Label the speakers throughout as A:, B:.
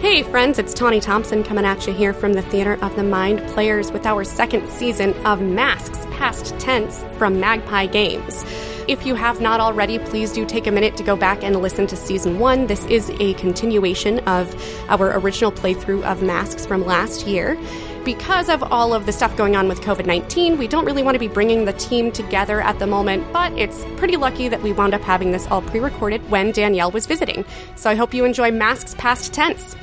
A: Hey, friends, it's Tawny Thompson coming at you here from the Theater of the Mind Players with our second season of Masks Past Tense from Magpie Games. If you have not already, please do take a minute to go back and listen to season one. This is a continuation of our original playthrough of Masks from last year. Because of all of the stuff going on with COVID 19, we don't really want to be bringing the team together at the moment, but it's pretty lucky that we wound up having this all pre recorded when Danielle was visiting. So I hope you enjoy Masks Past Tense.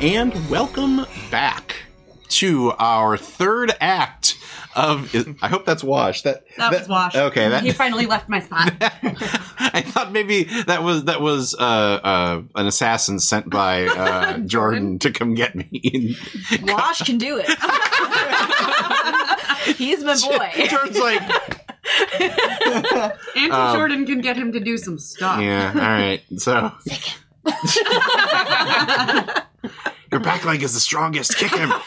B: and welcome back to our third act of. I hope that's washed. That
C: That, was washed.
B: Okay,
C: he
B: that.
C: finally left my spot.
B: I thought maybe that was that was uh, uh, an assassin sent by uh, Jordan to come get me.
D: Wash can do it. He's my boy.
B: Jordan's like,
C: Auntie Jordan can get him to do some stuff.
B: Um, yeah, all right. So your back leg is the strongest. Kick him.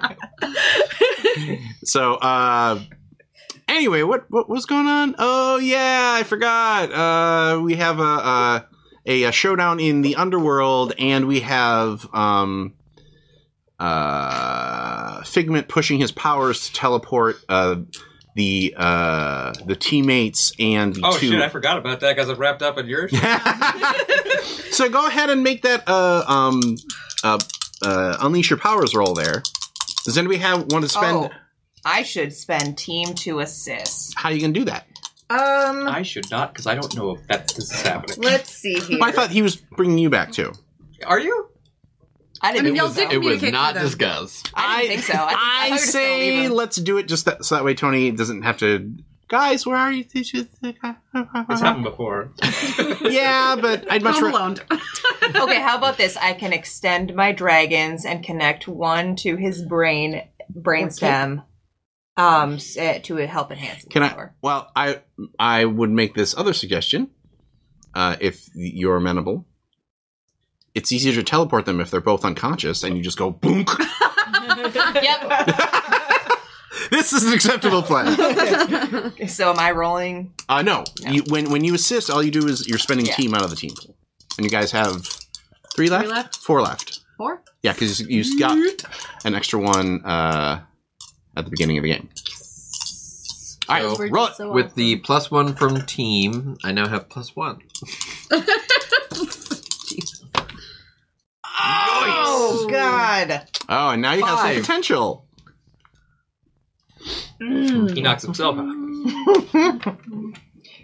B: Um, So, uh, anyway, what what was going on? Oh yeah, I forgot. Uh, we have a, a a a showdown in the underworld, and we have um, uh, Figment pushing his powers to teleport uh, the uh, the teammates and the
E: Oh
B: two.
E: shit! I forgot about that because I'm wrapped up in yours.
B: so go ahead and make that uh, um, uh, uh, unleash your powers roll there. Does anybody have want to spend?
F: Oh, I should spend team to assist.
B: How you gonna do that?
F: Um,
E: I should not because I don't know if that this is happening.
F: let's see here.
B: I thought he was bringing you back too.
E: Are you?
F: I didn't.
C: I mean, y'all
F: think
C: did
F: so.
G: It was
C: communicate
G: not
C: with them.
G: discussed.
F: I didn't think so. I, think,
B: I,
F: thought we were just gonna leave
B: say
F: him.
B: let's do it just that, so that way Tony doesn't have to. Guys, where are you?
E: It's happened before.
B: yeah, but I'd much
C: Home
B: rather.
C: Alone.
F: okay, how about this? I can extend my dragons and connect one to his brain brainstem, um, s- eh, to help enhance. his
B: Can I?
F: power.
B: Well, I I would make this other suggestion, uh, if you're amenable. It's easier to teleport them if they're both unconscious, and you just go boom.
F: Yep.
B: this is an acceptable plan.
F: so am I rolling?
B: Uh, no, You, when when you assist, all you do is you're spending
F: Yeah.
B: team out of the team pool, and you guys have three left,
C: left?
B: four left.
C: Four?
B: Yeah, because you s- got an extra one uh, at the beginning of the game. All right,
G: So,
B: roll it.
G: With the plus one from team, I now have plus one.
F: Oh God!
B: Oh, and now you have some
F: Five.
B: potential.
E: He knocks himself out.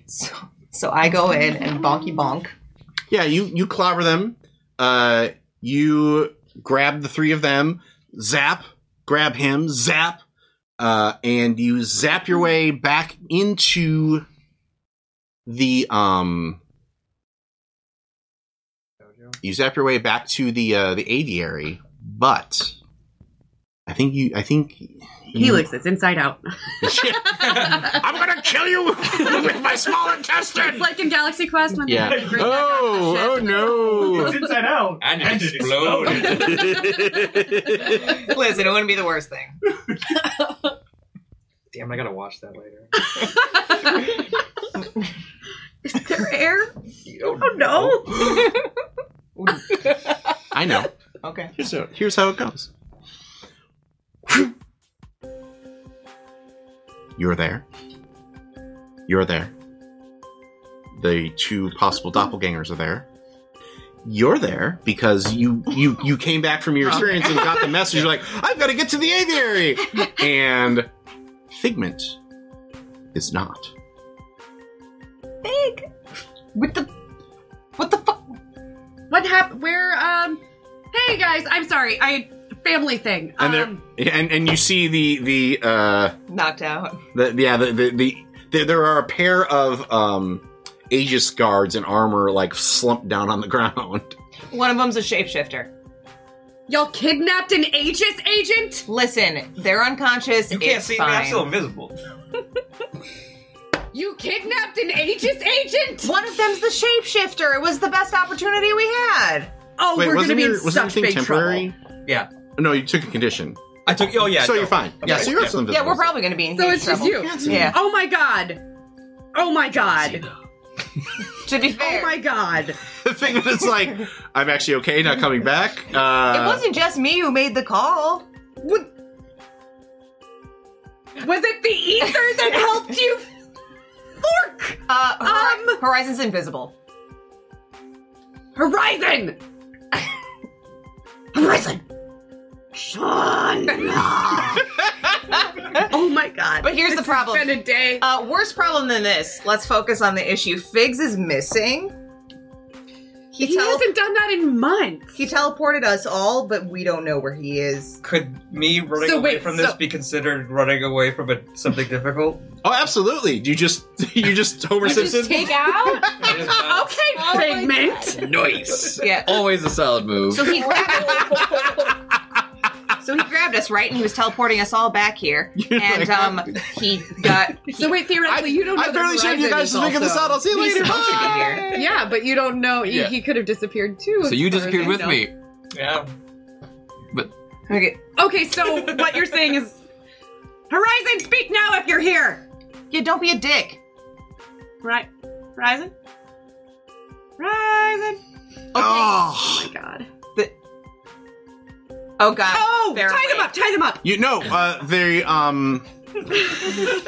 F: So, so I go in and bonky bonk.
B: Yeah, you you clobber them. Uh, you grab the three of them. Zap, grab him. Zap, uh, and you zap your way back into the um. You zap your way back to the uh, the aviary, but I think you. I think you-
C: Helix, it's inside out.
B: I'm gonna kill you with my small
C: It's
B: intestine.
C: like in Galaxy Quest when
B: Yeah.
C: they bring back
B: Oh,
C: that
B: oh
C: shit.
B: no.
H: inside out.
E: And it exploded.
F: Listen, it wouldn't be the worst thing.
E: Damn, I gotta watch that later.
C: Is there air?
E: You don't
C: Oh,
F: No.
B: I know.
F: okay.
B: Here's how, here's how it goes. You're there. You're there. The two possible doppelgangers are there. You're there because you you you came back from your experience and got the message. You're like, I've got to get to the aviary, and Figment is not.
F: Big. What the? What the fuck?
C: What happened? Where, um, hey guys, I'm sorry. I, family thing.
B: And they're-
C: um,
B: And and you see the the uh,
F: Knocked out.
B: The, yeah, the, the, the, the there are a pair of um, Aegis guards in armor like slumped down on the ground.
F: One of them's a shapeshifter.
C: y'all kidnapped an Aegis agent?
F: Listen, they're unconscious.
E: You can't
F: it's
E: see me.
F: fine.
E: I'm still invisible.
C: You kidnapped an Aegis agent?
F: One of them's the shapeshifter. It was the best opportunity we had.
C: Oh, we're gonna
B: wasn't
C: be
B: your-
C: in
B: wasn't
C: such
B: everything
C: big trouble.
B: temporary?
E: Yeah.
B: No, you took a condition,
E: I took. Oh yeah.
B: so
E: no.
B: you're fine. Yeah,
E: Okay,
B: so you're
E: yeah.
B: also invisible.
F: Yeah, we're probably going to be in
C: So
F: huge
C: it's just
F: trouble.
C: you.
F: Yeah.
C: Oh my god. Oh my god.
F: To be fair,
C: Oh my god.
B: the thing that it's like, I'm actually okay, not coming back. Uh,
F: it wasn't just me who made the call.
C: What- Was it the ether that helped you? Fork!
F: Uh, Hori-
C: Um.
F: Horizon's invisible.
C: Horizon! Horizon! Sean! oh my god.
F: But here's
C: This
F: the problem.
C: Has been a day.
F: Uh, worse problem than this. Let's focus on the issue. Figs is missing. He,
C: he
F: tele-
C: hasn't done that in months.
F: he teleported us all, but we don't know where he is.
E: Could me running
C: So
E: away
C: wait,
E: from this
C: so-
E: be considered running away from a, something difficult?
B: Oh, absolutely. You just you just Homer Simpson.
D: Just take out.
E: It is not-
C: Okay,
F: Oh
C: pigment.
G: Nice.
F: Yeah.
B: Oh.
G: Always a solid move.
F: So he So he grabbed us right, and he was teleporting us all back here.
B: You're
F: And
B: like,
F: um, he got
C: So wait, theoretically, you don't know.
B: I
C: that
B: barely showed you
C: Horizon
B: guys
C: is
B: to figure this
C: also-
B: out. I'll see you
F: he's
B: later.
F: supposed to be
B: Bye.
F: here.
C: Yeah, but you don't know. He,
G: Yeah.
C: he could have disappeared too.
G: So
C: as
G: you
C: far as
G: disappeared
C: I
G: with
C: know.
G: me.
E: Yeah.
F: Okay.
C: Okay, so what you're saying is, Horizon, speak now if you're here.
F: Yeah, don't be a dick.
C: Right, Horizon. Horizon.
B: Oh,
C: Oh my god.
F: Oh God.
C: Oh,
F: Fair
C: tie them
F: way.
C: up. Tie them up.
B: you know, uh, they um.
E: Quick, hit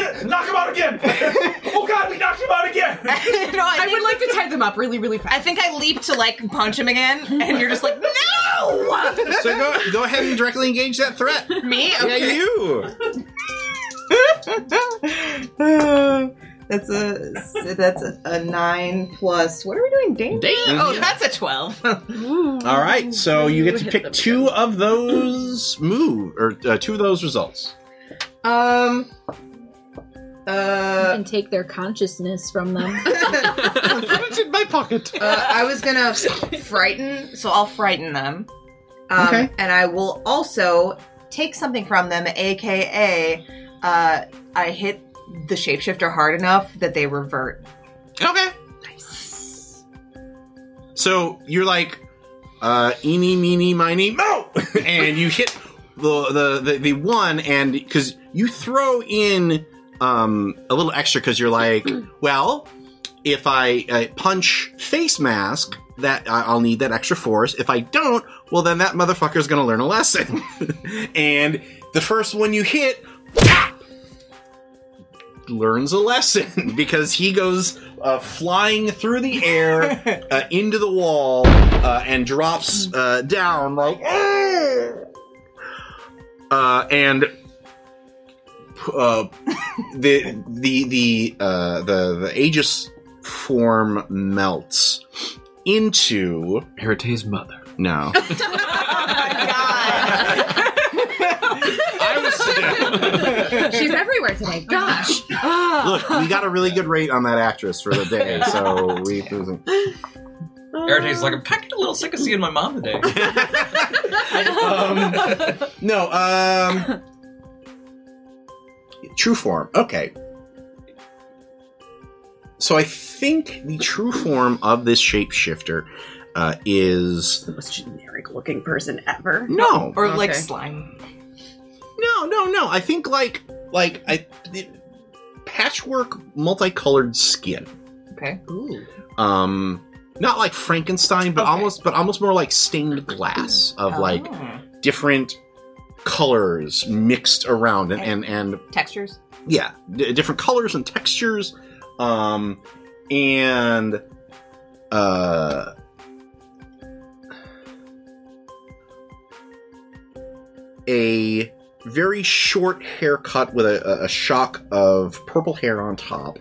E: it! Knock him out again! oh god, we knocked him out again!
F: no, I,
C: I
F: think,
C: would like to tie them up really, really fast.
F: I think I leaped to like punch him again, and you're just like, no,
B: So go go ahead and directly engage that threat.
F: me.
B: Yeah,
F: Okay.
B: you.
F: that's a that's a, a nine plus. What are we doing? Damage?
G: Damn.
F: Oh, that's a twelve.
B: Mm-hmm. All right, so you get to
C: hit
B: pick
C: them
B: two of those move or uh, two of those results.
F: um.
D: You
F: Uh,
D: can take their consciousness from them.
B: It's in my pocket.
F: uh, I was gonna frighten, so I'll frighten them. Um,
B: Okay.
F: And I will also take something from them, aka uh, I hit the shapeshifter hard enough that they revert.
B: Okay. So you're like, uh, eeny, meeny, miny, mo! and you hit the, the, the, the one, and because you throw in um, a little extra because you're like, well, if I uh, punch face mask, that I- I'll need that extra force. If I don't, well, then that motherfucker's gonna learn a lesson. and the first one you hit, learns a lesson because he goes uh, flying through the air uh, into the wall uh, and drops uh, down like "Argh!" uh, and uh, the the the uh, the the Aegis form melts into
G: Heritage mother.
B: no I was
C: She's everywhere today. Oh Gosh.
B: look we got a really good rate on that actress for the day so we
E: Eritate's like, I'm kind of a little sick of seeing my mom today.
B: um, no, um, true form. Okay. So I think the true form of this shapeshifter uh, is
C: the most generic looking person ever.
B: no,
F: Or like
C: Okay.
F: slime.
B: no, no, no. I think like like I patchwork, multicolored skin.
F: Okay.
B: Um, not like Frankenstein, but
F: Okay.
B: almost, but almost more like stained glass of like
F: Oh.
B: different colors mixed around and and, and
F: textures.
B: yeah d- different colors and textures um and uh a very short haircut with a, a- a shock of purple hair on top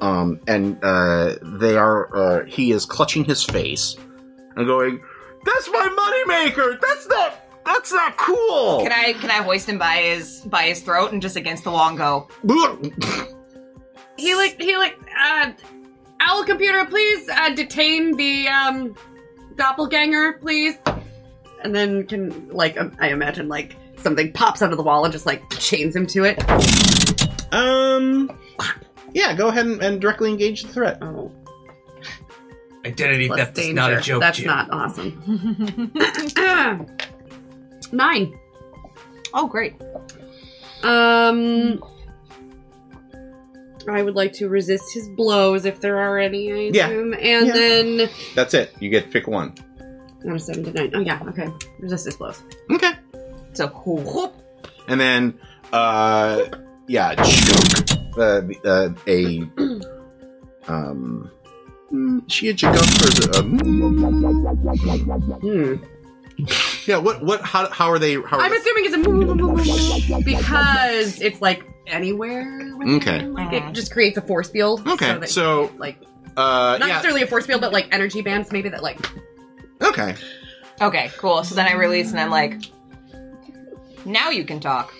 B: um and uh they are uh he is clutching his face and going that's my moneymaker that's not that's not cool
F: Can I can I hoist him by his by his throat and just against the wall and go?
C: He like he like uh Owl computer, please uh detain the um doppelganger, please. And then can like um, I imagine like something pops out of the wall and just like chains him to it.
B: Um. Yeah, go ahead and, and directly engage the threat.
C: Oh,
E: Identity
C: plus
E: theft
C: danger.
E: is not a joke.
C: That's
E: Jim.
C: not awesome. Nine.
F: Oh, great.
C: Um
A: I would like to resist his blows if there are any. I
B: Yeah.
A: assume. And
B: Yeah.
A: then
B: That's it. You get to pick one.
A: not a seven to nine. Oh yeah, okay. Resist his blows.
B: Okay.
F: So whoop.
B: And then, uh, yeah, the, uh, a um, mm, she a jigump or a,
C: Hmm.
B: um, yeah. What what how how are they? How are
C: I'm
B: they-
C: assuming it's a moo- moo- moo- moo- moo because it's like anywhere. within,
B: Okay.
C: Like
F: Uh-huh.
C: it just creates a force field.
B: Okay,
C: that
B: so,
C: like
B: uh,
C: not
B: yeah,
C: necessarily a force field, but like energy bands maybe that like
B: okay,
F: Okay, cool. So then I release and I'm like, now you can talk.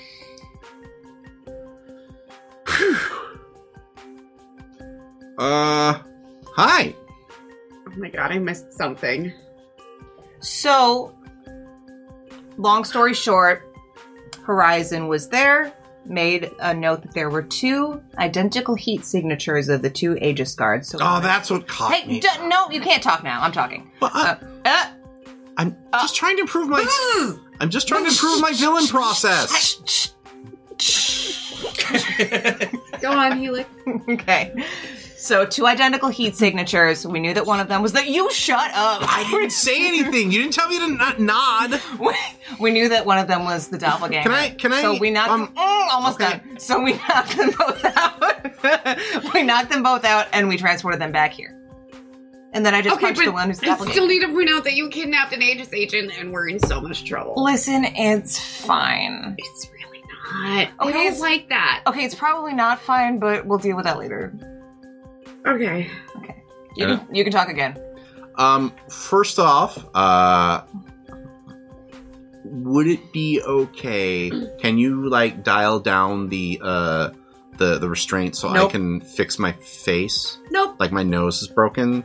B: uh, hi,
C: oh my god, I missed something.
F: So, long story short, Horizon was there, made a note that there were two identical heat signatures of the two Aegis guards. So
B: oh, that's what caught
F: Hey,
B: me. Ah.
F: d- no, you can't talk now. I'm talking.
B: But I,
F: Uh,
B: I'm just trying to improve my. I'm just trying to improve my villain process.
C: Go on, Helix.
F: uh, okay. So, two identical heat signatures. We knew that one of them was that you shut up.
B: I didn't say anything. You didn't tell me to not nod.
F: we knew that one of them was the doppelganger.
B: Can I? Can I?
F: So we knocked
B: um,
F: them, mm, almost
B: okay.
F: done. So we knocked them both out. we knocked them both out, and we transported them back here. And then I just
A: Okay,
F: punched
A: but
F: the one who's
A: I still
F: doppelganger.
A: need to point out that you kidnapped an Aegis agent and we're in so much trouble.
F: Listen, it's fine.
A: It's really not. I
F: Okay,
A: don't
F: it's-
A: like that.
F: Okay, it's probably not fine, but we'll deal with that later.
A: Okay.
F: You,
G: Yeah.
F: can, you can talk again.
B: Um, first off, uh, would it be okay? Can you like dial down the uh the the restraint so I
C: Nope.
B: can fix my face?
C: Nope,
B: Like my nose is broken.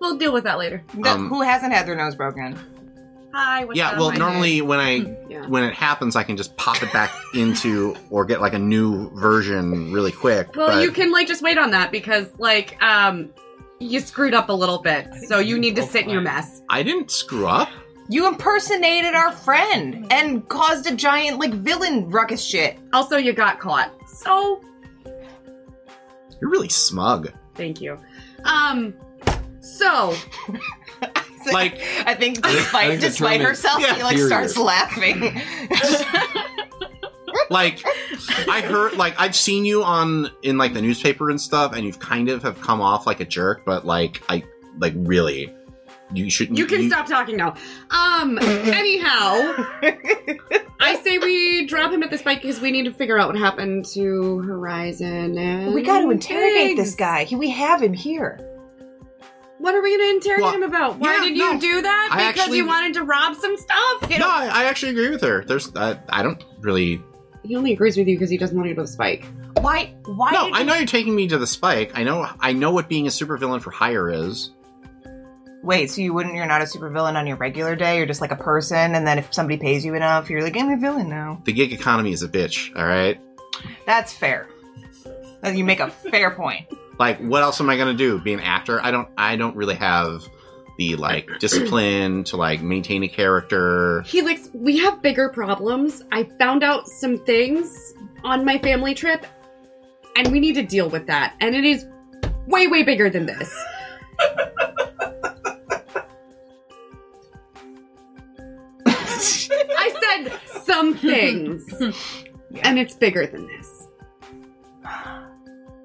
C: we'll deal with that later.
F: The-
B: Um,
F: who hasn't had their nose broken?
C: Hi, what's
B: yeah.
C: up?
B: Well,
C: Hi.
B: normally when I
C: Hmm,
A: Yeah.
B: when it happens, I can just pop it back into or get like a new version really quick.
C: Well,
B: but-
C: you can like just wait on that because like um you screwed up a little bit, so you need to
E: both
C: sit in your
E: lied.
C: mess.
B: I didn't screw up.
F: You impersonated our friend and caused a giant like villain ruckus shit.
C: Also, you got caught. So
B: You're really smug.
C: thank you. Um, so
B: Like-
F: I think
G: I think- I
F: despite
G: think the
F: despite
G: term is
F: herself, she like
G: period.
F: starts laughing.
B: like i heard like i've seen you on in like the newspaper and stuff and you've kind of have come off like a jerk but like i like really you shouldn't
C: you can stop talking now. Um, anyhow, I say we drop him at this bike because we need to figure out what happened to Horizon. And
F: we got to interrogate
C: Biggs.
F: this guy. He, we have him here.
C: What are we going to interrogate
B: Well,
C: him about? Why
B: yeah,
C: did you
B: no.
C: do that?
B: I
C: because
B: actually-
C: you wanted to rob some stuff.
B: no I, I actually agree with her there's i, I don't really
C: He only agrees with you because he doesn't want to go to the spike.
F: Why? Why?
B: no
F: did
B: i
F: you-
B: know you're taking me to the spike i know i know what being a supervillain for hire is
F: Wait. So you wouldn't? You're not a supervillain on your regular day. You're just like a person. And then if somebody pays you enough, you're like, I'm a villain now.
B: the gig economy is a bitch all right
F: That's fair. Uh, You make a fair point.
B: like what else am i gonna do be an actor i don't i don't really have the like discipline to like maintain a character
A: Helix, we have bigger problems. I found out some things on my family trip,
C: and we need to deal with that. And it is way, way bigger than this. I said some things, and it's bigger than this.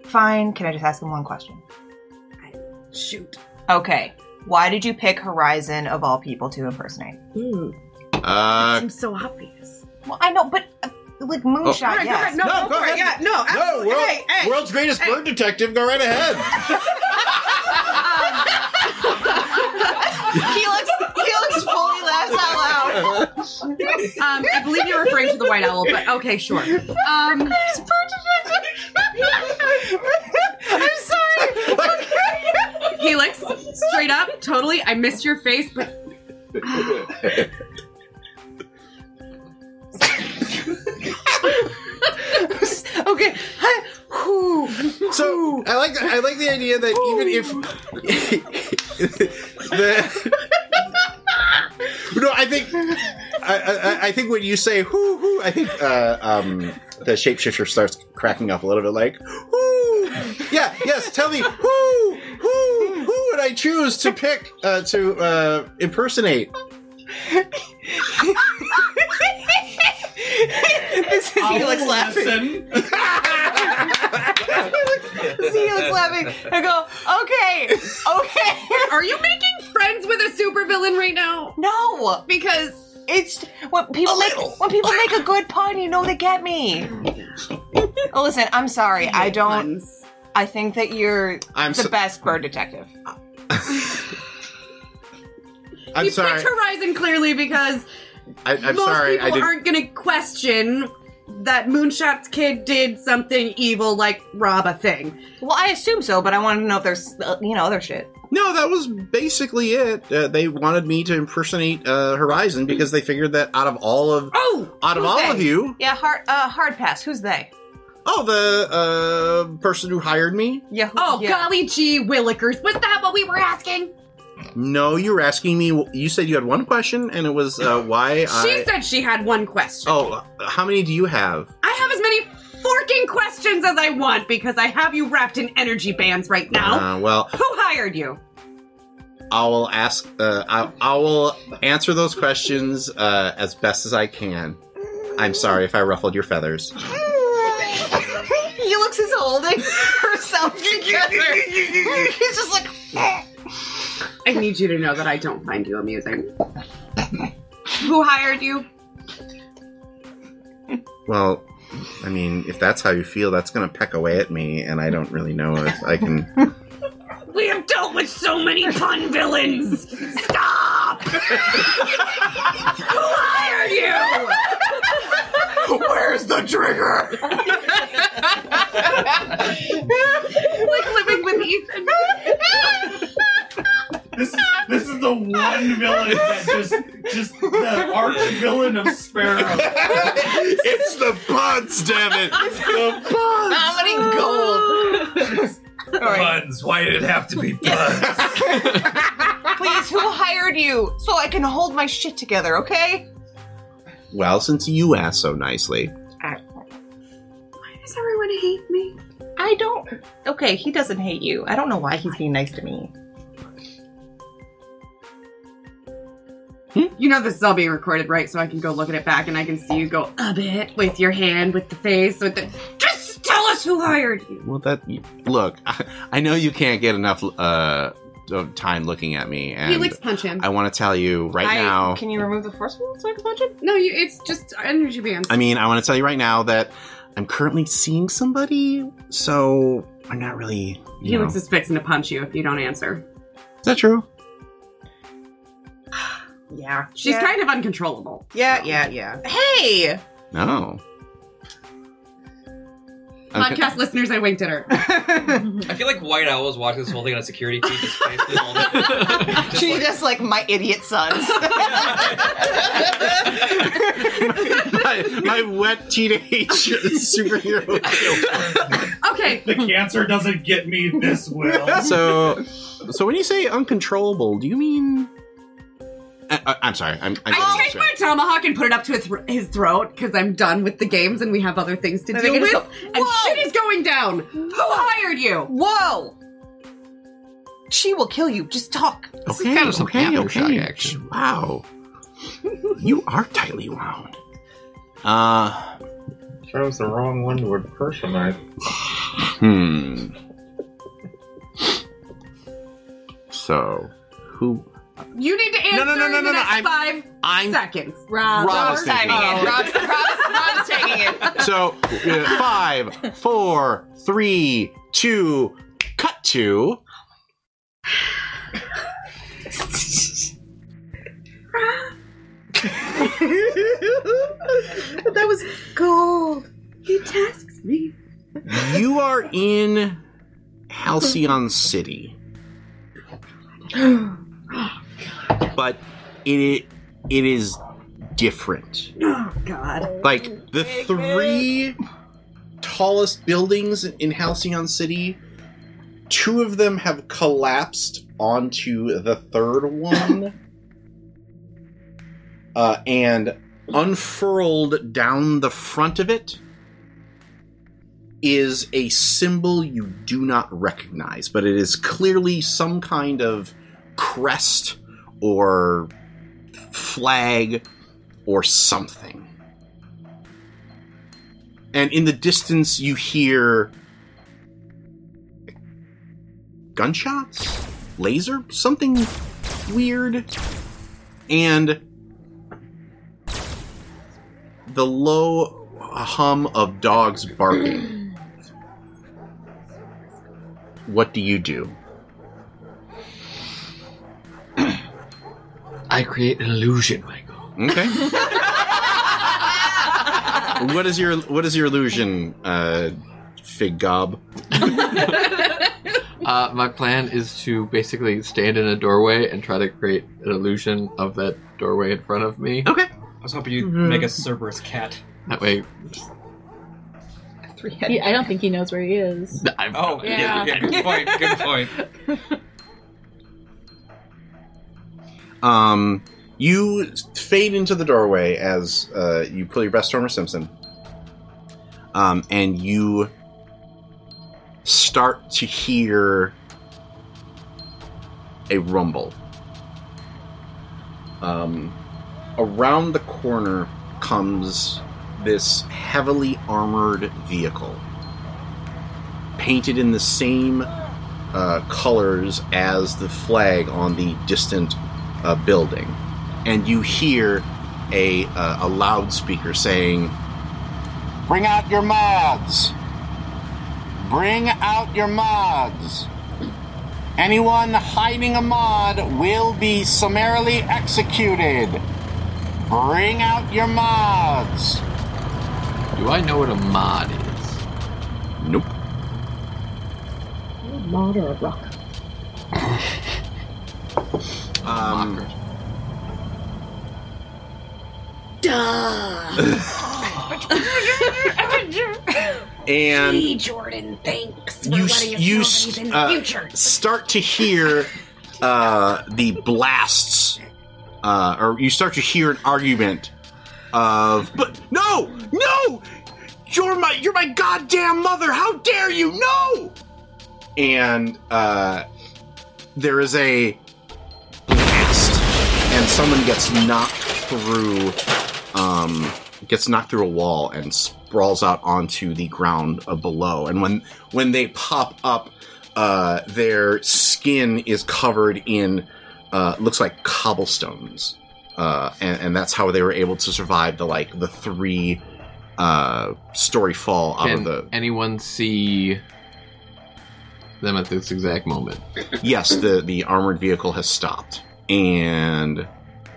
F: Fine. Can I just ask him one question?
C: Shoot.
F: Okay. Why did you pick Horizon of all people to impersonate?
B: Hmm. uh
C: Seems so obvious.
F: Well, I know, but uh, like moonshot,
C: Oh, All right,
F: yes.
C: go ahead. No,
B: No,
C: go,
B: go
C: for it. Yeah,
B: ahead.
C: no, absolutely.
B: world-
C: hey, hey.
B: world's greatest bird detective. Go right ahead.
C: Um,
F: Helix, Helix fully laughs out loud.
C: Um, I believe you're referring to the white owl, but okay, sure. Um,
F: I'm sorry.
C: Helix, straight up, totally. I missed your face, but
F: okay. Hi. Whew.
B: so I like I like the idea that even if the no, I think I, I, I think when you say "hoo hoo," I think uh, um, the shapeshifter starts cracking up a little bit, like "hoo." yeah, yes. Tell me who, who, who would I choose to pick uh, to uh, impersonate?
F: this is Helix laughing. This is Helix laughing. I go, okay, okay.
C: Are you making friends with a supervillain right now?
F: No,
C: Because
F: it's when people make when people make a good pun, you know they get me. Oh, Listen, I'm sorry. I don't.
C: Puns.
F: I think that you're
B: I'm
F: the
B: so-
F: best bird detective.
B: I'm
C: you
B: sorry.
C: picked Horizon clearly because
B: I, I'm
C: most
B: sorry. I
C: people
B: didn't.
C: aren't going to question that Moonshot's kid did something evil, like rob a thing.
F: Well, I assume so, but I wanted to know if there's uh, you know other shit.
B: No, that was basically it. Uh, they wanted me to impersonate uh, Horizon because they figured that out of all of
C: Oh,
B: out of
F: who's
B: all
F: they?
B: of you,
F: Yeah, hard uh, hard pass. Who's they?
B: oh the uh, person who hired me.
F: Yeah. Who,
C: oh,
F: yeah.
C: golly gee, Willikers, was that what we were asking?
B: No, you were asking me. You said you had one question, and it was uh, why
C: She
B: I.
C: said she had one question.
B: Oh, how many do you have?
C: I have as many forking questions as I want because I have you wrapped in energy bands right now.
B: Uh, well,
C: Who hired you?
B: I will ask. Uh, I, I will answer those questions uh, as best as I can. I'm sorry if I ruffled your feathers.
F: Helix is holding herself together. He's just like,
C: I need you to know that I don't find you amusing. Who hired you?
B: Well, I mean, if that's how you feel, that's going to peck away at me, and I don't really know if I can.
C: We have dealt with so many pun villains. Stop! Who hired you?
B: Where's the trigger?
C: like living with Ethan.
H: This is this is the one villain that just just the arch villain of Sparrow.
B: it's the buds, damn it! It's the buds.
F: comedy gold. All right,
H: Buns. Why did it have to be buns?
F: please, who hired you so I can hold my shit together? Okay.
B: Well, since you asked so nicely,
C: Does everyone hate me?
F: I don't. Okay, he doesn't hate you. I don't know why he's being nice to me.
C: You know this is all being recorded, right? So I can go look at it back and I can see you go a bit with your hand, with the face, with the. Just tell us who hired you.
B: well, that look, I, I know you can't get enough uh, of time looking at me, and
A: Helix punch him.
B: I want to tell you right
F: I-
B: now.
F: Can you remove the force field so I can punch him?
C: No, you, it's just energy bands.
B: I mean, I want to tell you right now that I'm currently seeing somebody, so I'm not really. You know.
C: Helix is fixing to punch you if you don't answer.
B: Is that true?
F: Yeah.
C: She's kind of uncontrollable.
F: Yeah, yeah, yeah. Hey.
B: No. I'm con-
C: Podcast listeners, I winked at her.
E: I feel like White Owl was watching this whole thing on a security feed, just facing all the- just
F: She's
E: like-
F: just like my idiot sons.
B: my, my wet teenage superhero. guilt.
C: Okay,
H: the cancer doesn't get me this well.
B: so, so when you say uncontrollable, do you mean? I, I, I'm sorry. I'm. I'm getting
C: I take my
B: distracted.
C: tomahawk and put it up to his, thr- his throat because I'm done with the games and we have other things to
F: I
C: deal
F: think I
C: with.
F: just
C: and
F: "Whoa!"
C: shit is going down. Who hired you?
F: Whoa. She will kill you. Just talk.
G: This is
B: okay,
G: kind of some
B: okay,
G: aftershock
B: okay.
G: action.
B: Wow, you are tightly wound. Uh,
I: Chose the wrong one to impersonate.
B: Hmm. So, who?
C: You need to answer
B: No, no, no, no,
C: in
B: no, no,
C: the next
B: I'm-
C: five
B: I'm
C: seconds.
D: Uh, Rob.
B: Rob is
F: Signing
B: thinking.
G: Oh,
F: it. Rob's, Rob's, Rob's taking it.
B: So, uh, five, four, three, two, cut to.
F: that was gold.
C: He tasks me.
B: You are in Halcyon City. But it it is different.
C: Oh, God.
B: Like the three tallest buildings in Halcyon City, two of them have collapsed onto the third one, uh, and unfurled down the front of it is a symbol you do not recognize, but it is clearly some kind of crest or flag or something. And in the distance, you hear gunshots, laser, something weird, and the low hum of dogs barking. what do you do?
G: I create an illusion, Michael.
B: Okay. what is your what is your illusion, uh, Fig Gob?
G: Uh, my plan is to basically stand in a doorway and try to create an illusion of that doorway in front of me.
E: I was hoping you'd make a Cerberus cat.
G: That way,
F: Three
D: He, I don't think he knows where he is.
G: I'm,
E: Oh, yeah.
D: Yeah.
E: yeah, good point, good point.
B: Um, you fade into the doorway as uh, you pull your best Homer Simpson, um, and you start to hear a rumble. Um, around the corner comes this heavily armored vehicle, painted in the same uh, colors as the flag on the distant a uh, building, and you hear a uh, a loudspeaker saying, "Bring out your mods! Bring out your mods! Anyone hiding a mod will be summarily executed. Bring out your mods!"
G: do I know what a mod is?
B: Nope.
D: Mod or a rock?
B: Um,
G: Mockers.
B: and
A: Jordan, thanks
B: you you uh, start to hear uh, the blasts, uh, or you start to hear an argument of, "But no, no, you're my you're my goddamn mother! How dare you? No!" And uh, there is a blast, and someone gets knocked through. Um, gets knocked through a wall and sprawls out onto the ground uh, below. And when when they pop up, uh, their skin is covered in uh, looks like cobblestones, uh, and, and that's how they were able to survive the like the three uh, story fall out
G: Can
B: of the
G: anyone see them at this exact moment?
B: yes the the armored vehicle has stopped and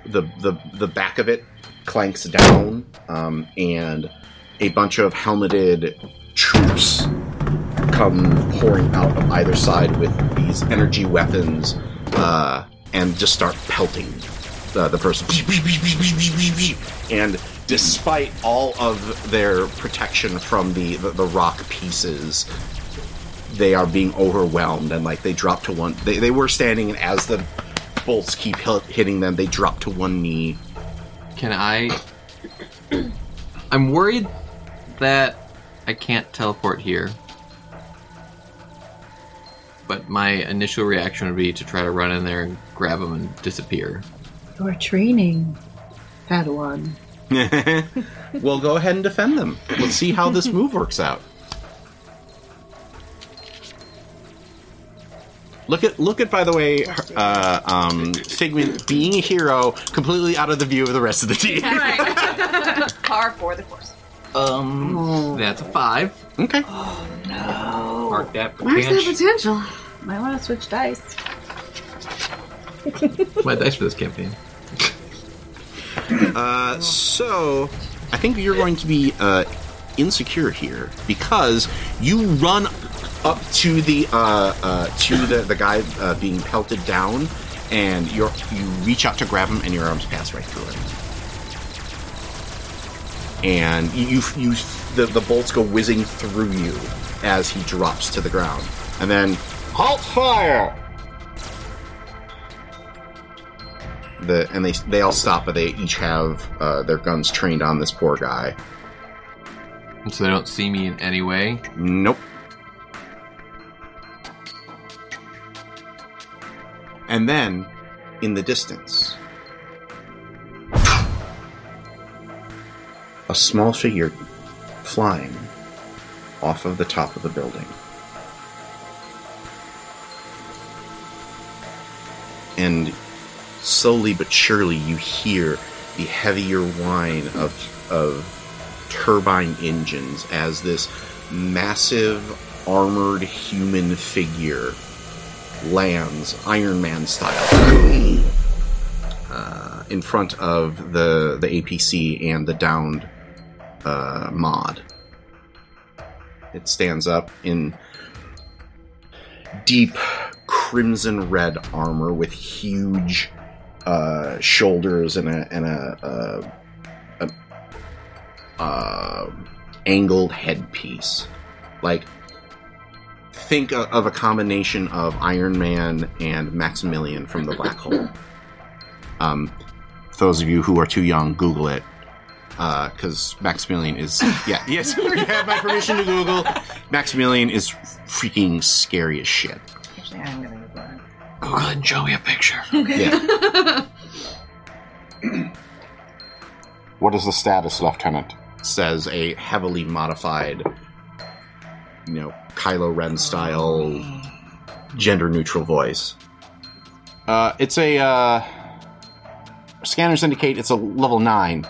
B: the the the back of it clanks down um, and a bunch of helmeted troops come pouring out of either side with these energy weapons uh, and just start pelting the, the person and despite all of their protection from the, the, the rock pieces they are being overwhelmed and like they drop to one they, they were standing and as the bolts keep hit, hitting them they drop to one knee
G: Can I? I'm worried that I can't teleport here. But my initial reaction would be to try to run in there and grab him and disappear.
D: Your training, Padawan.
B: well go ahead and defend them let's see how this move works out Look at look at by the way, her- uh, um, Figment being a hero, completely out of the view of the rest of the team.
F: Par for the course.
G: Um, that's a five.
B: Okay,
E: Mark that
C: Where's the
E: bench.
C: potential?
D: Might want to switch dice.
G: My dice for this campaign.
B: uh, so I think you're going to be uh, insecure here because you run up to the uh, uh, to the the guy uh, being pelted down, and you are you reach out to grab him, and your arms pass right through him. And you you you- the, the bolts go whizzing through you as he drops to the ground, and then halt fire. The, and they they all stop, but they each have uh, their guns trained on this poor guy.
G: So they don't see me in any way.
B: Nope. And then, in the distance, a small figure flying off of the top of the building. And slowly but surely, you hear the heavier whine of, of turbine engines as this massive armored human figure lands Iron Man style uh, in front of the the APC and the downed uh, mod. It stands up in deep crimson red armor with huge uh, shoulders and a and a, uh a uh, angled headpiece, like think o- of a combination of Iron Man and Maximilian from the Black Hole. Um, for those of you who are too young, Google it. Because Maximilian is, yeah, yes, you have my permission to Google. Maximilian is freaking scary as shit.
F: Actually, I'm gonna go back.
G: Google and show me a picture.
B: Yeah. what is the status, Lieutenant? Says a heavily modified, you know, Kylo Ren style, gender neutral voice. Uh, it's a. Uh, scanners indicate it's a level 9.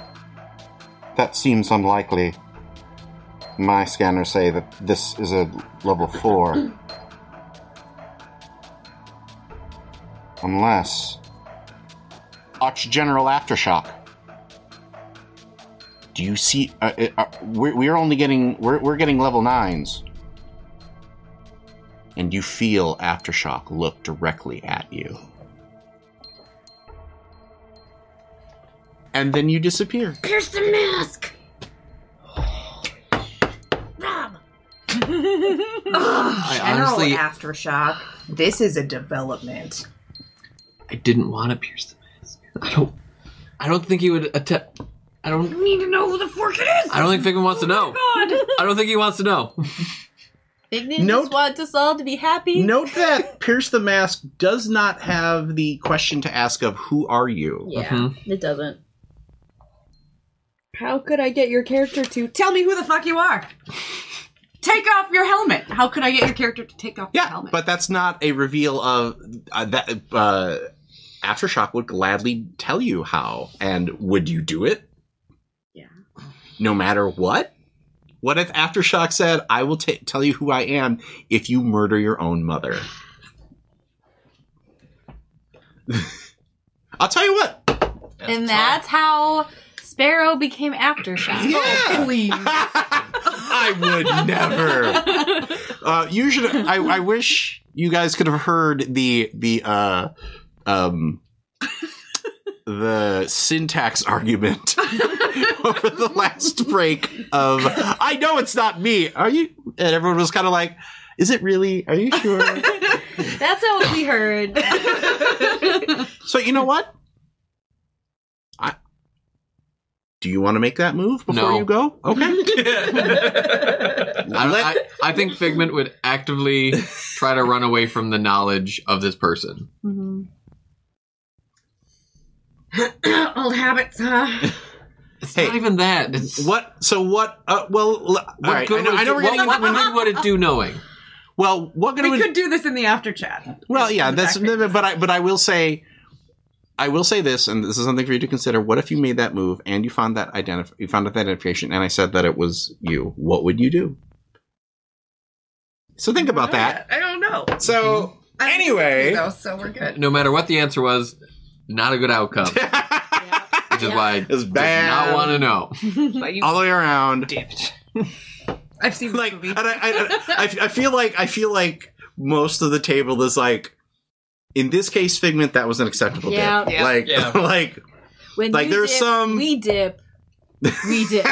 B: That seems unlikely. My scanners say that this is a level 4. Unless. Arch General Aftershock. Do you see? Uh, uh, uh, we're, we're only getting we're, we're getting level nines, and you feel aftershock look directly at you, and then you disappear.
C: Pierce the mask! Rob!
G: I
F: General
G: honestly,
F: aftershock. This is a development.
G: I didn't want to pierce the mask. I don't. I don't think he would attempt. I don't.
C: You need to know who the fork it is! Oh
G: I don't think Figman wants to know.
C: God!
G: I don't think he wants to know.
D: Big
B: Note-
D: just wants us all to be happy.
B: Note that Pierce the Mask does not have the question to ask of who are you.
D: Yeah,
G: Mhm.
B: Mm-hmm.
D: it doesn't.
A: How could I get your character to tell me who the fuck you are?
C: Take off your helmet! How could I get your character to take off your
B: Yeah,
C: helmet?
B: but that's not a reveal of uh, that. Uh, Aftershock would gladly tell you how, and would you do it?
C: Yeah.
B: No matter what. What if Aftershock said, "I will ta tell you who I am if you murder your own mother"? I'll tell you what.
E: time.
J: And that's how Sparrow became
C: Oh,
J: Aftershock.
B: Yeah. I would never. Uh, you should. I, I wish you guys could have heard the the uh, um, the syntax argument over the last break of. I know it's not me. Are you? And everyone was kind of like, "Is it really? Are you sure?"
J: That's how we heard.
B: so you know what? I. Do you want to make that move before
G: No.
B: you go? Okay.
G: I, don't-
B: Let-
G: I, I think Figment would actively try to run away from the knowledge of this person.
D: Mm-hmm.
C: Old habits, huh?
G: It's
B: Hey,
G: not even that. It's
B: What? So what? Uh, well, l- all
G: What
B: right.
G: good
B: I know,
G: would
B: I know
G: it-
B: we're
G: what,
B: getting.
G: what, good would it do knowing?
B: Well, what
C: we
B: gonna?
C: could do this in the after chat.
B: well, yeah. That's.
C: Back page.
B: But I. But I will say. I will say this, and this is something for you to consider. What if you made that move and you found that identif- you found that identification, and I said that it was you? What would you do? So think about that.
C: I don't know.
B: So
F: Mm-hmm.
C: I-
B: anyway,
C: Though, so we're good.
G: No matter what the answer was, not a good outcome. Which is why I
B: it's
G: did
B: bad
G: not want to know.
F: But you
B: all the way around.
C: I've seen this
B: like uh,
C: movie.
B: and I, I, I, I feel like i feel like most of the table is like in this case figment that was an acceptable
J: Yeah.
B: dip
F: Yeah.
B: like
E: Yeah.
B: like
J: When
B: Like,
J: you
B: there's
J: dip,
B: some-
J: we dip. We dip.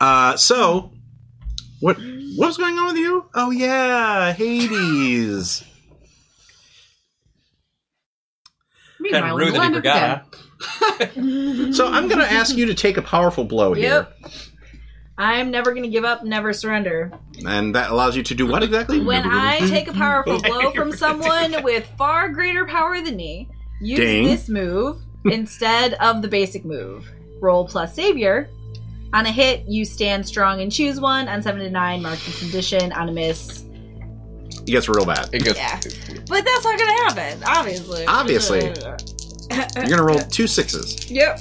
B: uh so what what was going on with you oh yeah hades
C: Meanwhile, in
E: rude that he
C: London
E: forgot,
C: again.
B: So I'm going to ask you to take a powerful blow here,
D: I'm never gonna give up, never surrender.
B: and that allows you to do what exactly?
D: When I take a powerful
B: Okay,
D: blow from
B: right.
D: someone with far greater power than me, use
B: Dang.
D: this move instead of the basic move. Roll plus savior. On a hit, you stand strong and choose one. On seven to nine, mark the condition. On a miss,
B: it gets real bad. It
G: gets.
D: yeah. But that's not gonna happen, obviously.
B: Obviously. You're going to roll two sixes.
D: Yep.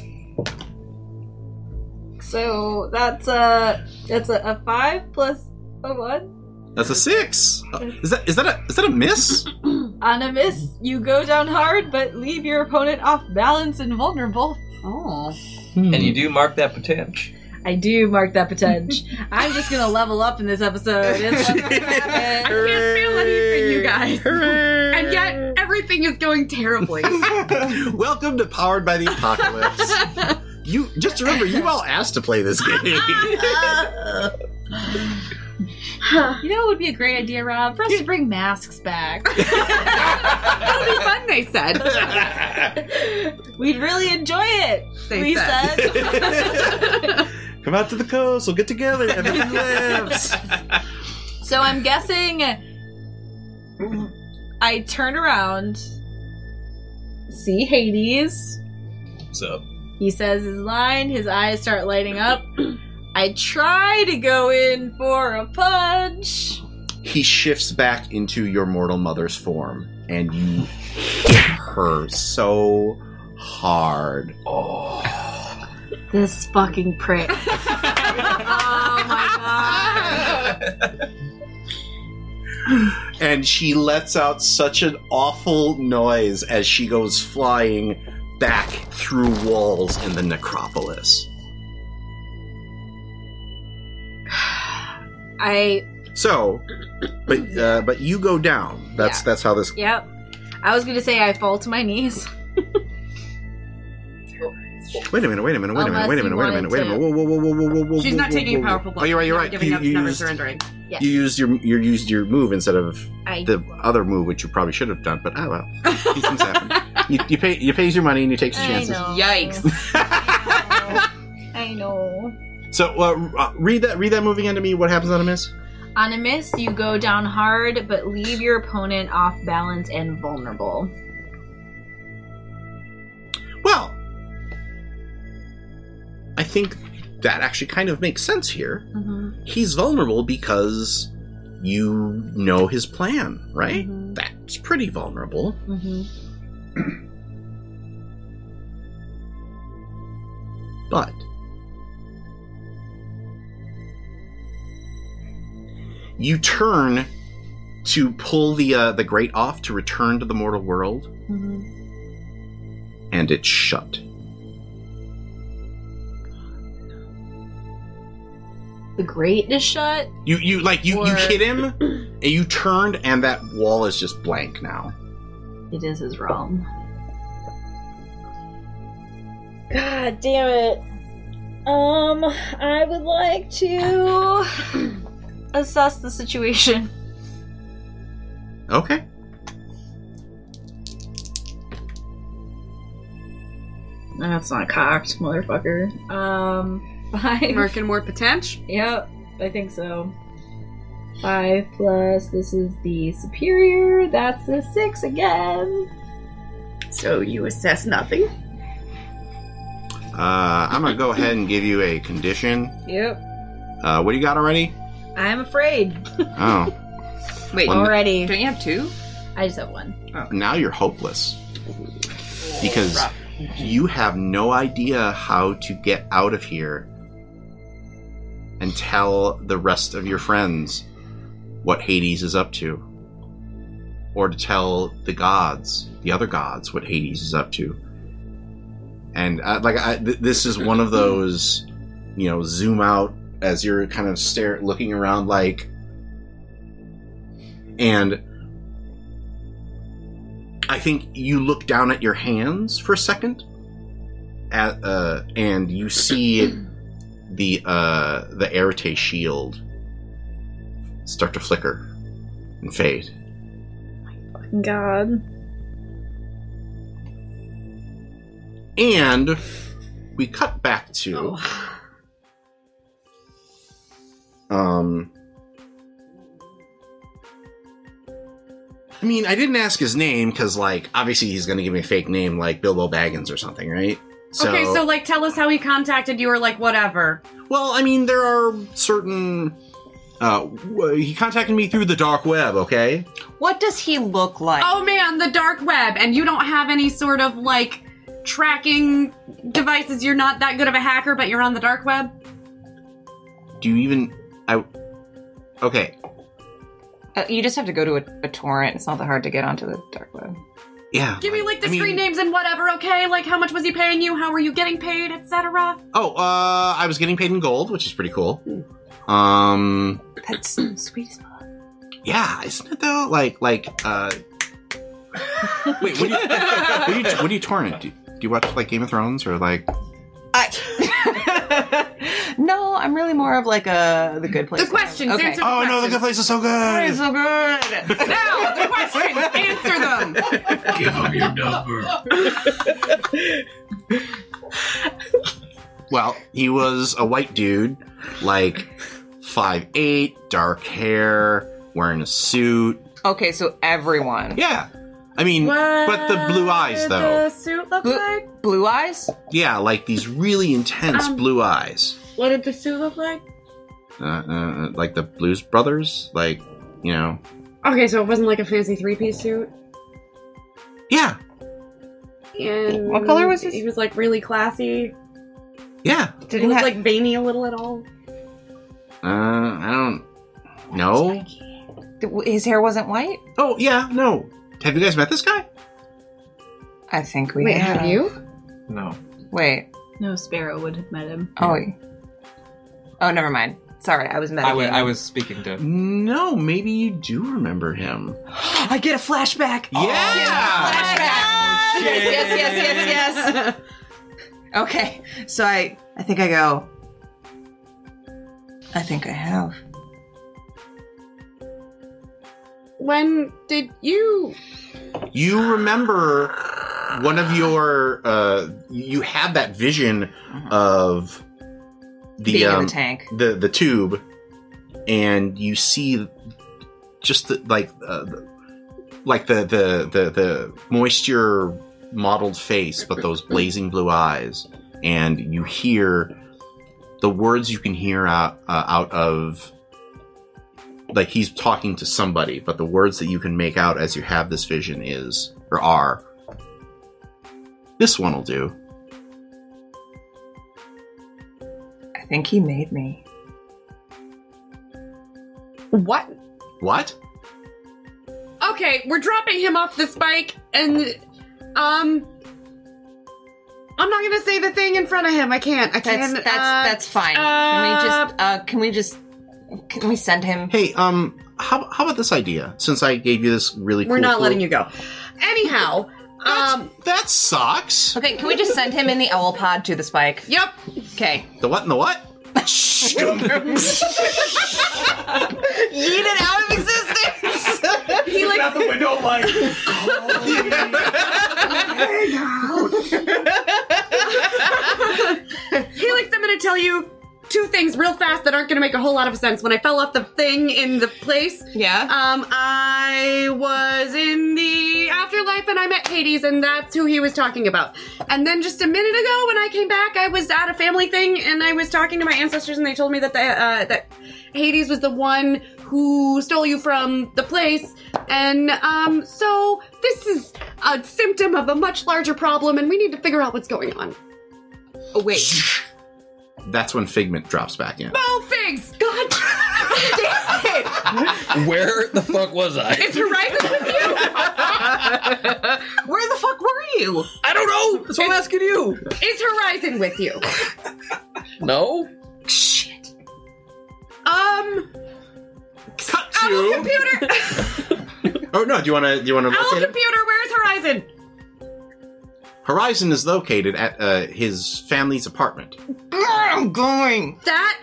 D: So that's a that's a, a five plus a one.
B: That's a six. Uh, Is that is that a is that a miss?
D: On a miss, you go down hard, but leave your opponent off balance and vulnerable. Oh.
E: And you do mark that potential.
D: I do mark that potential. I'm just gonna level up in this episode. It's
C: I can't feel anything, you guys. And
B: Mm.
C: yet, everything is going terribly.
B: Welcome to Powered by the Apocalypse. you just remember you all asked to play this game.
J: You know, it would be a great idea, Rob, for us to bring masks back.
C: That'll be fun, they said.
D: We'd really enjoy it.
C: They
D: we
C: said.
D: said.
B: Come out to the coast. We'll get together. Everything lives.
D: So I'm guessing I turn around, see Hades.
E: What's up?
D: He says his line, his eyes start lighting up. I try to go in for a punch.
B: He shifts back into your mortal mother's form, and you hit her so hard. Oh.
J: This fucking prick.
D: Oh my god.
B: And she lets out such an awful noise as she goes flying back through walls in the necropolis.
D: I,
B: So, but uh, but you go down. That's that's how this.
D: yep. I was gonna say I fall to my knees.
B: Wait a minute! Wait a minute! Wait a minute!
D: Unless
B: Wait a
D: you
B: minute! Wait a minute! Wait a minute!
D: wanted
B: Whoa! Whoa! Whoa! Whoa! Whoa! Whoa! whoa
C: She's not
B: whoa,
C: taking a
B: whoa.
C: powerful blow.
B: Oh, you're right.
C: She's
B: You're right.
C: not Giving
B: You,
C: up,
B: you
C: never
B: used,
C: surrendering.
D: Yes.
B: you used your you used your move instead of
D: I,
B: the other move, which you probably should have done. But oh well, these things happen. You, you pay you pays your money and you take your
D: I
B: chances.
D: know. I know.
B: So uh, uh, read that read that move again to me. What happens on a miss?
D: On a miss, you go down hard, but leave your opponent off balance and vulnerable.
B: Well, I think that actually kind of makes sense here.
D: Mm-hmm.
B: He's vulnerable because you know his plan, right?
D: Mm-hmm.
B: That's pretty vulnerable. But you turn to pull the uh, the grate off to return to the mortal world,
D: Mm-hmm.
B: and it's shut.
D: The grate is shut.
B: You you like you you
D: Or-
B: hit him, and you turned, and that wall is just blank now.
D: It is his realm. God damn it. Um, I would like to assess the situation.
B: Okay.
D: That's not cocked, motherfucker. Um, five.
C: American more potential.
D: Yep, I think so. Five plus, this is the superior. That's a six again.
C: So you assess nothing.
B: Uh, I'm gonna go ahead and give you a condition.
D: Yep.
B: Uh, what do you got already?
D: I'm afraid.
B: Oh,
C: Wait,
B: One-
D: Already.
C: don't you have two?
D: I just have one.
B: now you're hopeless because you have no idea how to get out of here and tell the rest of your friends what Hades is up to, or to tell the gods, the other gods, what Hades is up to. And uh, like, I, th- this is one of those, you know, zoom out as you're kind of stare looking around, like, and I think you look down at your hands for a second, at uh, and you see the uh, the Arate shield start to flicker and fade.
D: God.
B: And we cut back to
C: Oh.
B: um I mean, I didn't ask his name cuz like obviously he's going to give me a fake name like Bilbo Baggins or something, right?
C: okay, so like, tell us how he contacted you, or like, whatever.
B: Well, I mean, there are certain. Uh, w- he contacted me through the dark web, okay?
F: What does he look like?
C: Oh man, the dark web, and you don't have any sort of like tracking devices. You're not that good of a hacker, but you're on the dark web.
B: Do you even. I. Okay.
F: Uh, you just have to go to a, a torrent. It's not that hard to get onto the dark web.
B: Yeah.
C: Give me like the
B: I mean-
C: screen names and whatever, okay? Like, how much was he paying you? How were you getting paid, etc.
B: Oh, uh, I was getting paid in gold, which is pretty cool. Um,
F: That's sweet as fuck.
B: yeah, isn't it though? Like, like, uh. Wait, what do you. What do you, what do you torrent? Do, do you watch, like, Game of Thrones or, like.
F: No, I'm really more of like a the good place.
C: The questions,
F: Okay.
C: answer the
B: Oh, no, The Good Place is
C: questions.
B: so
F: That is
B: good!
F: so good.
C: Now, the questions, answer them.
H: Give him your number.
B: Well, he was a white dude, like, five eight, dark hair, wearing a suit.
F: Okay, so everyone.
B: Yeah. I mean, but the blue eyes, though.
C: The suit look
F: Blue-
C: like?
F: Blue eyes?
B: Yeah, like these really intense
C: Um,
B: blue eyes.
C: What did the suit look like?
B: Uh, uh, like the Blues Brothers? Like, you know.
C: Okay, so it wasn't like a fancy three-piece suit.
B: Yeah,
C: And
F: What color was his-
C: He was like really classy.
B: yeah.
C: Did
F: he
C: he look
F: ha-
C: like veiny a little at all?
B: Uh, I don't know.
F: Th- His hair wasn't white?
B: Oh, yeah, no. Have you guys met this guy?
F: I think we
J: Wait,
F: have.
J: have you?
G: No.
F: Wait.
D: No, Sparrow would have met him.
F: Oh. Oh, never mind. Sorry, I was mad.
E: I wa- I was speaking to.
B: No, maybe you do remember him.
F: I get a flashback.
B: yeah!
F: Flashback. Yes, yes, yes, yes, yes. Okay, so I, I think I go. I think I have.
A: When did you
B: You remember one of your, uh, you have that vision of the,
F: Being in
B: um,
F: the tank.
B: the the tube and you see just the, like uh, the- like the, the the the moisture mottled face but those blazing blue eyes and you hear the words you can hear out uh, out of like he's talking to somebody but the words that you can make out as you have this vision is or are this one will do
F: I think he made me.
C: What?
B: what
C: Okay, we're dropping him off the spike, and um, I'm not gonna say the thing in front of him. I can't. I
F: That's
C: can't.
F: that's
C: uh,
F: that's fine.
C: uh,
F: can we just uh, can we just can we send him?
B: hey um how, how about this idea since i gave you this really
C: We're
B: cool
C: not
B: clue?
C: letting you go. Anyhow,
B: That's-
C: um,
B: that sucks.
F: Okay, can we just send him in the owl pod to the spike?
C: yep.
F: Okay,
B: The what and the what?
F: eat it out of existence.
C: He like
H: Out the window, like.
C: he likes. I'm gonna tell you two things real fast that aren't gonna make a whole lot of sense. When I fell off the thing in the place,
F: yeah.
C: Um, I was in the afterlife and I met Hades, and that's who he was talking about. And then just a minute ago, when I came back, I was at a family thing and I was talking to my ancestors, and they told me that the, uh, that Hades was the one who stole you from the place. And um, so this is a symptom of a much larger problem, and we need to figure out what's going on.
F: Oh, wait.
B: That's when Figment drops back in.
C: Oh, figs! God,
E: Where the fuck was I?
C: is Horizon with you?
F: Where the fuck were you?
E: I don't know. That's what I'm asking you.
C: Is Horizon with you?
E: No.
C: Um,
B: Cut
C: Owl
B: to.
C: computer.
B: Oh no! Do you want to? Do you want to
C: Owl
B: locate him?
C: computer, where's Horizon?
B: Horizon is located at uh, his family's apartment.
F: I'm going.
C: That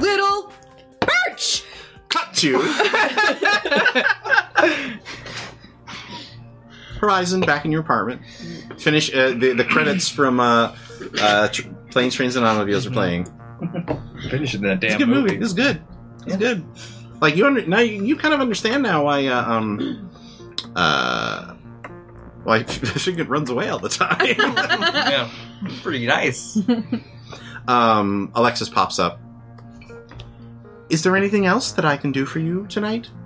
C: little birch.
B: Cut to. Horizon back in your apartment. Finish uh, the the credits from uh, uh, tr- Planes, Trains, and Automobiles are playing.
I: Finishing that
B: It's
I: damn
B: a good movie.
I: movie.
B: It's good. It's good. Like you under, now, you, you kind of understand now why uh, um uh why Fingon runs away all the time.
E: yeah, pretty nice.
B: um, Alexis pops up. Is there anything else that I can do for you tonight?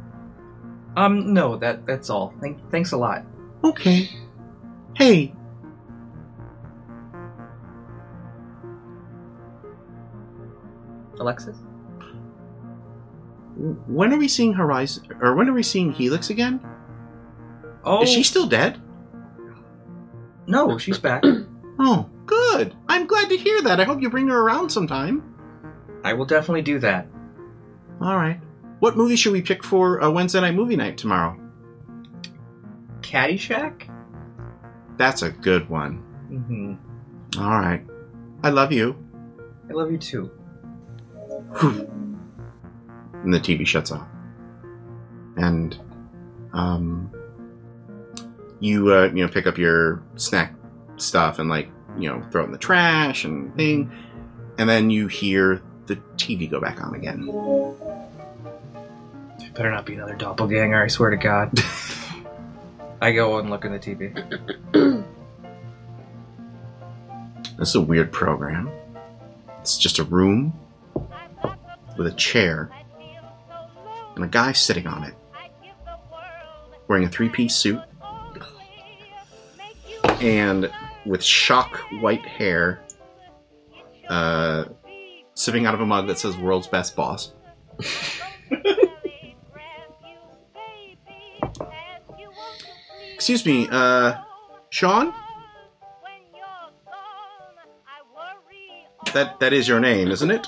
K: Um, no, that that's all. Thank, thanks a lot.
B: Okay. Hey.
K: Alexis?
B: When are we seeing Horizon? Or when are we seeing Helix again?
K: Oh,
B: Is she still dead?
K: No, she's back.
B: oh, good. I'm glad to hear that. I hope you bring her around sometime.
K: I will definitely do that.
B: All right. What movie should we pick for a Wednesday night movie night tomorrow?
K: Caddyshack?
B: That's a good one.
K: Mm-hmm.
B: All right. I love you.
K: I love you too.
B: and the TV shuts off. And um, you uh, you know pick up your snack stuff and like you know throw it in the trash and thing, and then you hear the TV go back on again.
K: It better not be another doppelganger, I swear to God. I go and look in the TV.
B: This is a weird program. It's just a room with a chair and a guy sitting on it wearing a three piece suit and with shock white hair uh, sipping out of a mug that says World's Best Boss. Excuse me, uh, Sean? That that is your name, isn't it?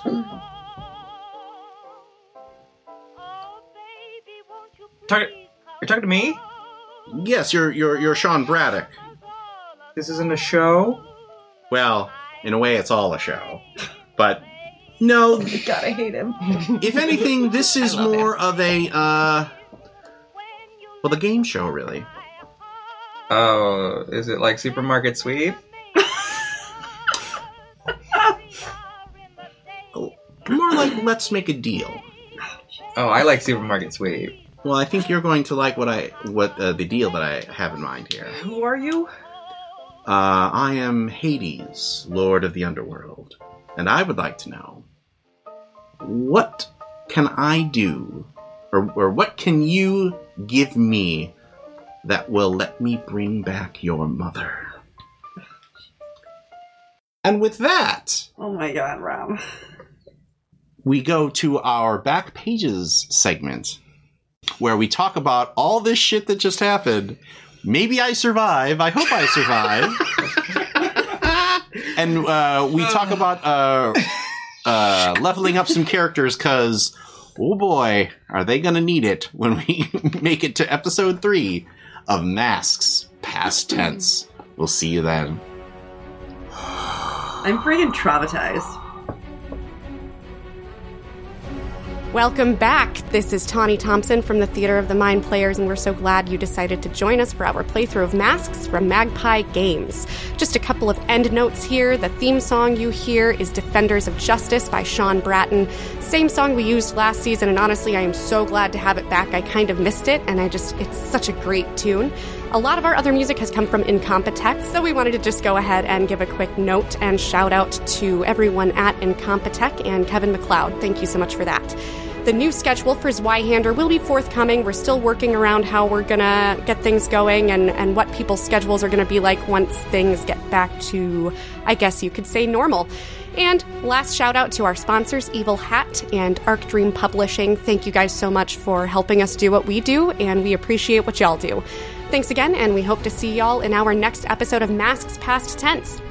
K: Talk, you're talking to me?
B: Yes, you're you're you're Sean Braddock.
K: This isn't a show.
B: Well, in a way, it's all a show, but no.
K: God, I hate him.
B: If anything, this is more of a uh, well, the game show really.
K: Oh, is it like Supermarket Sweep?
B: More like let's make a deal.
K: Oh, I like Supermarket Sweep.
B: Well, I think you're going to like what I what uh, the deal that I have in mind here.
K: Who are you?
B: Uh, I am Hades, Lord of the Underworld, and I would like to know what can I do, or, or what can you give me that will let me bring back your mother? And with that,
C: Oh my god, Rob.
B: we go to our back pages segment where we talk about all this shit that just happened. Maybe I survive. I hope I survive. and uh, we talk about uh, uh, leveling up some characters because, oh boy, are they going to need it when we make it to episode three of Masks Past Tense. We'll see you then.
C: I'm freaking traumatized.
A: Welcome back. This is Tawny Thompson from the Theater of the Mind Players, and we're so glad you decided to join us for our playthrough of Masks from Magpie Games. Just a couple of end notes here. The theme song you hear is Defenders of Justice by Sean Bratton. Same song we used last season, and honestly, I am so glad to have it back. I kind of missed it, and I just, it's such a great tune. A lot of our other music has come from Incompetech, so we wanted to just go ahead and give a quick note and shout out to everyone at Incompetech and Kevin McLeod. Thank you so much for that. The new schedule for Zweihander will be forthcoming. We're still working around how we're going to get things going and, and what people's schedules are going to be like once things get back to, I guess you could say, normal. And last shout out to our sponsors, Evil Hat and Arc Dream Publishing. Thank you guys so much for helping us do what we do, and we appreciate what y'all do. Thanks again, and we hope to see y'all in our next episode of Masks Past Tense.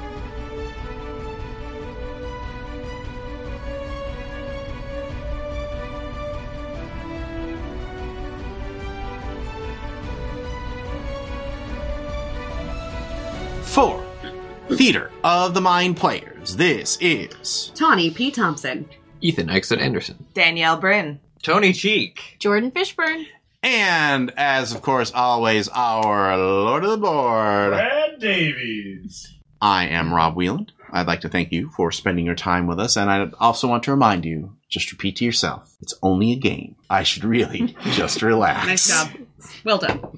B: For Theater of the Mind Players, this is
C: Tawny P. Thompson.
G: Ethan Exton Anderson.
F: Danielle Bryn.
K: Tony Cheek.
D: Jordan Fishburne.
B: And as of course always, our Lord of the Board.
H: Brad Davies.
B: I am Rob Wheeland. I'd like to thank you for spending your time with us, and I also want to remind you, just repeat to yourself, it's only a game. I should really just relax.
C: Nice job. Well done.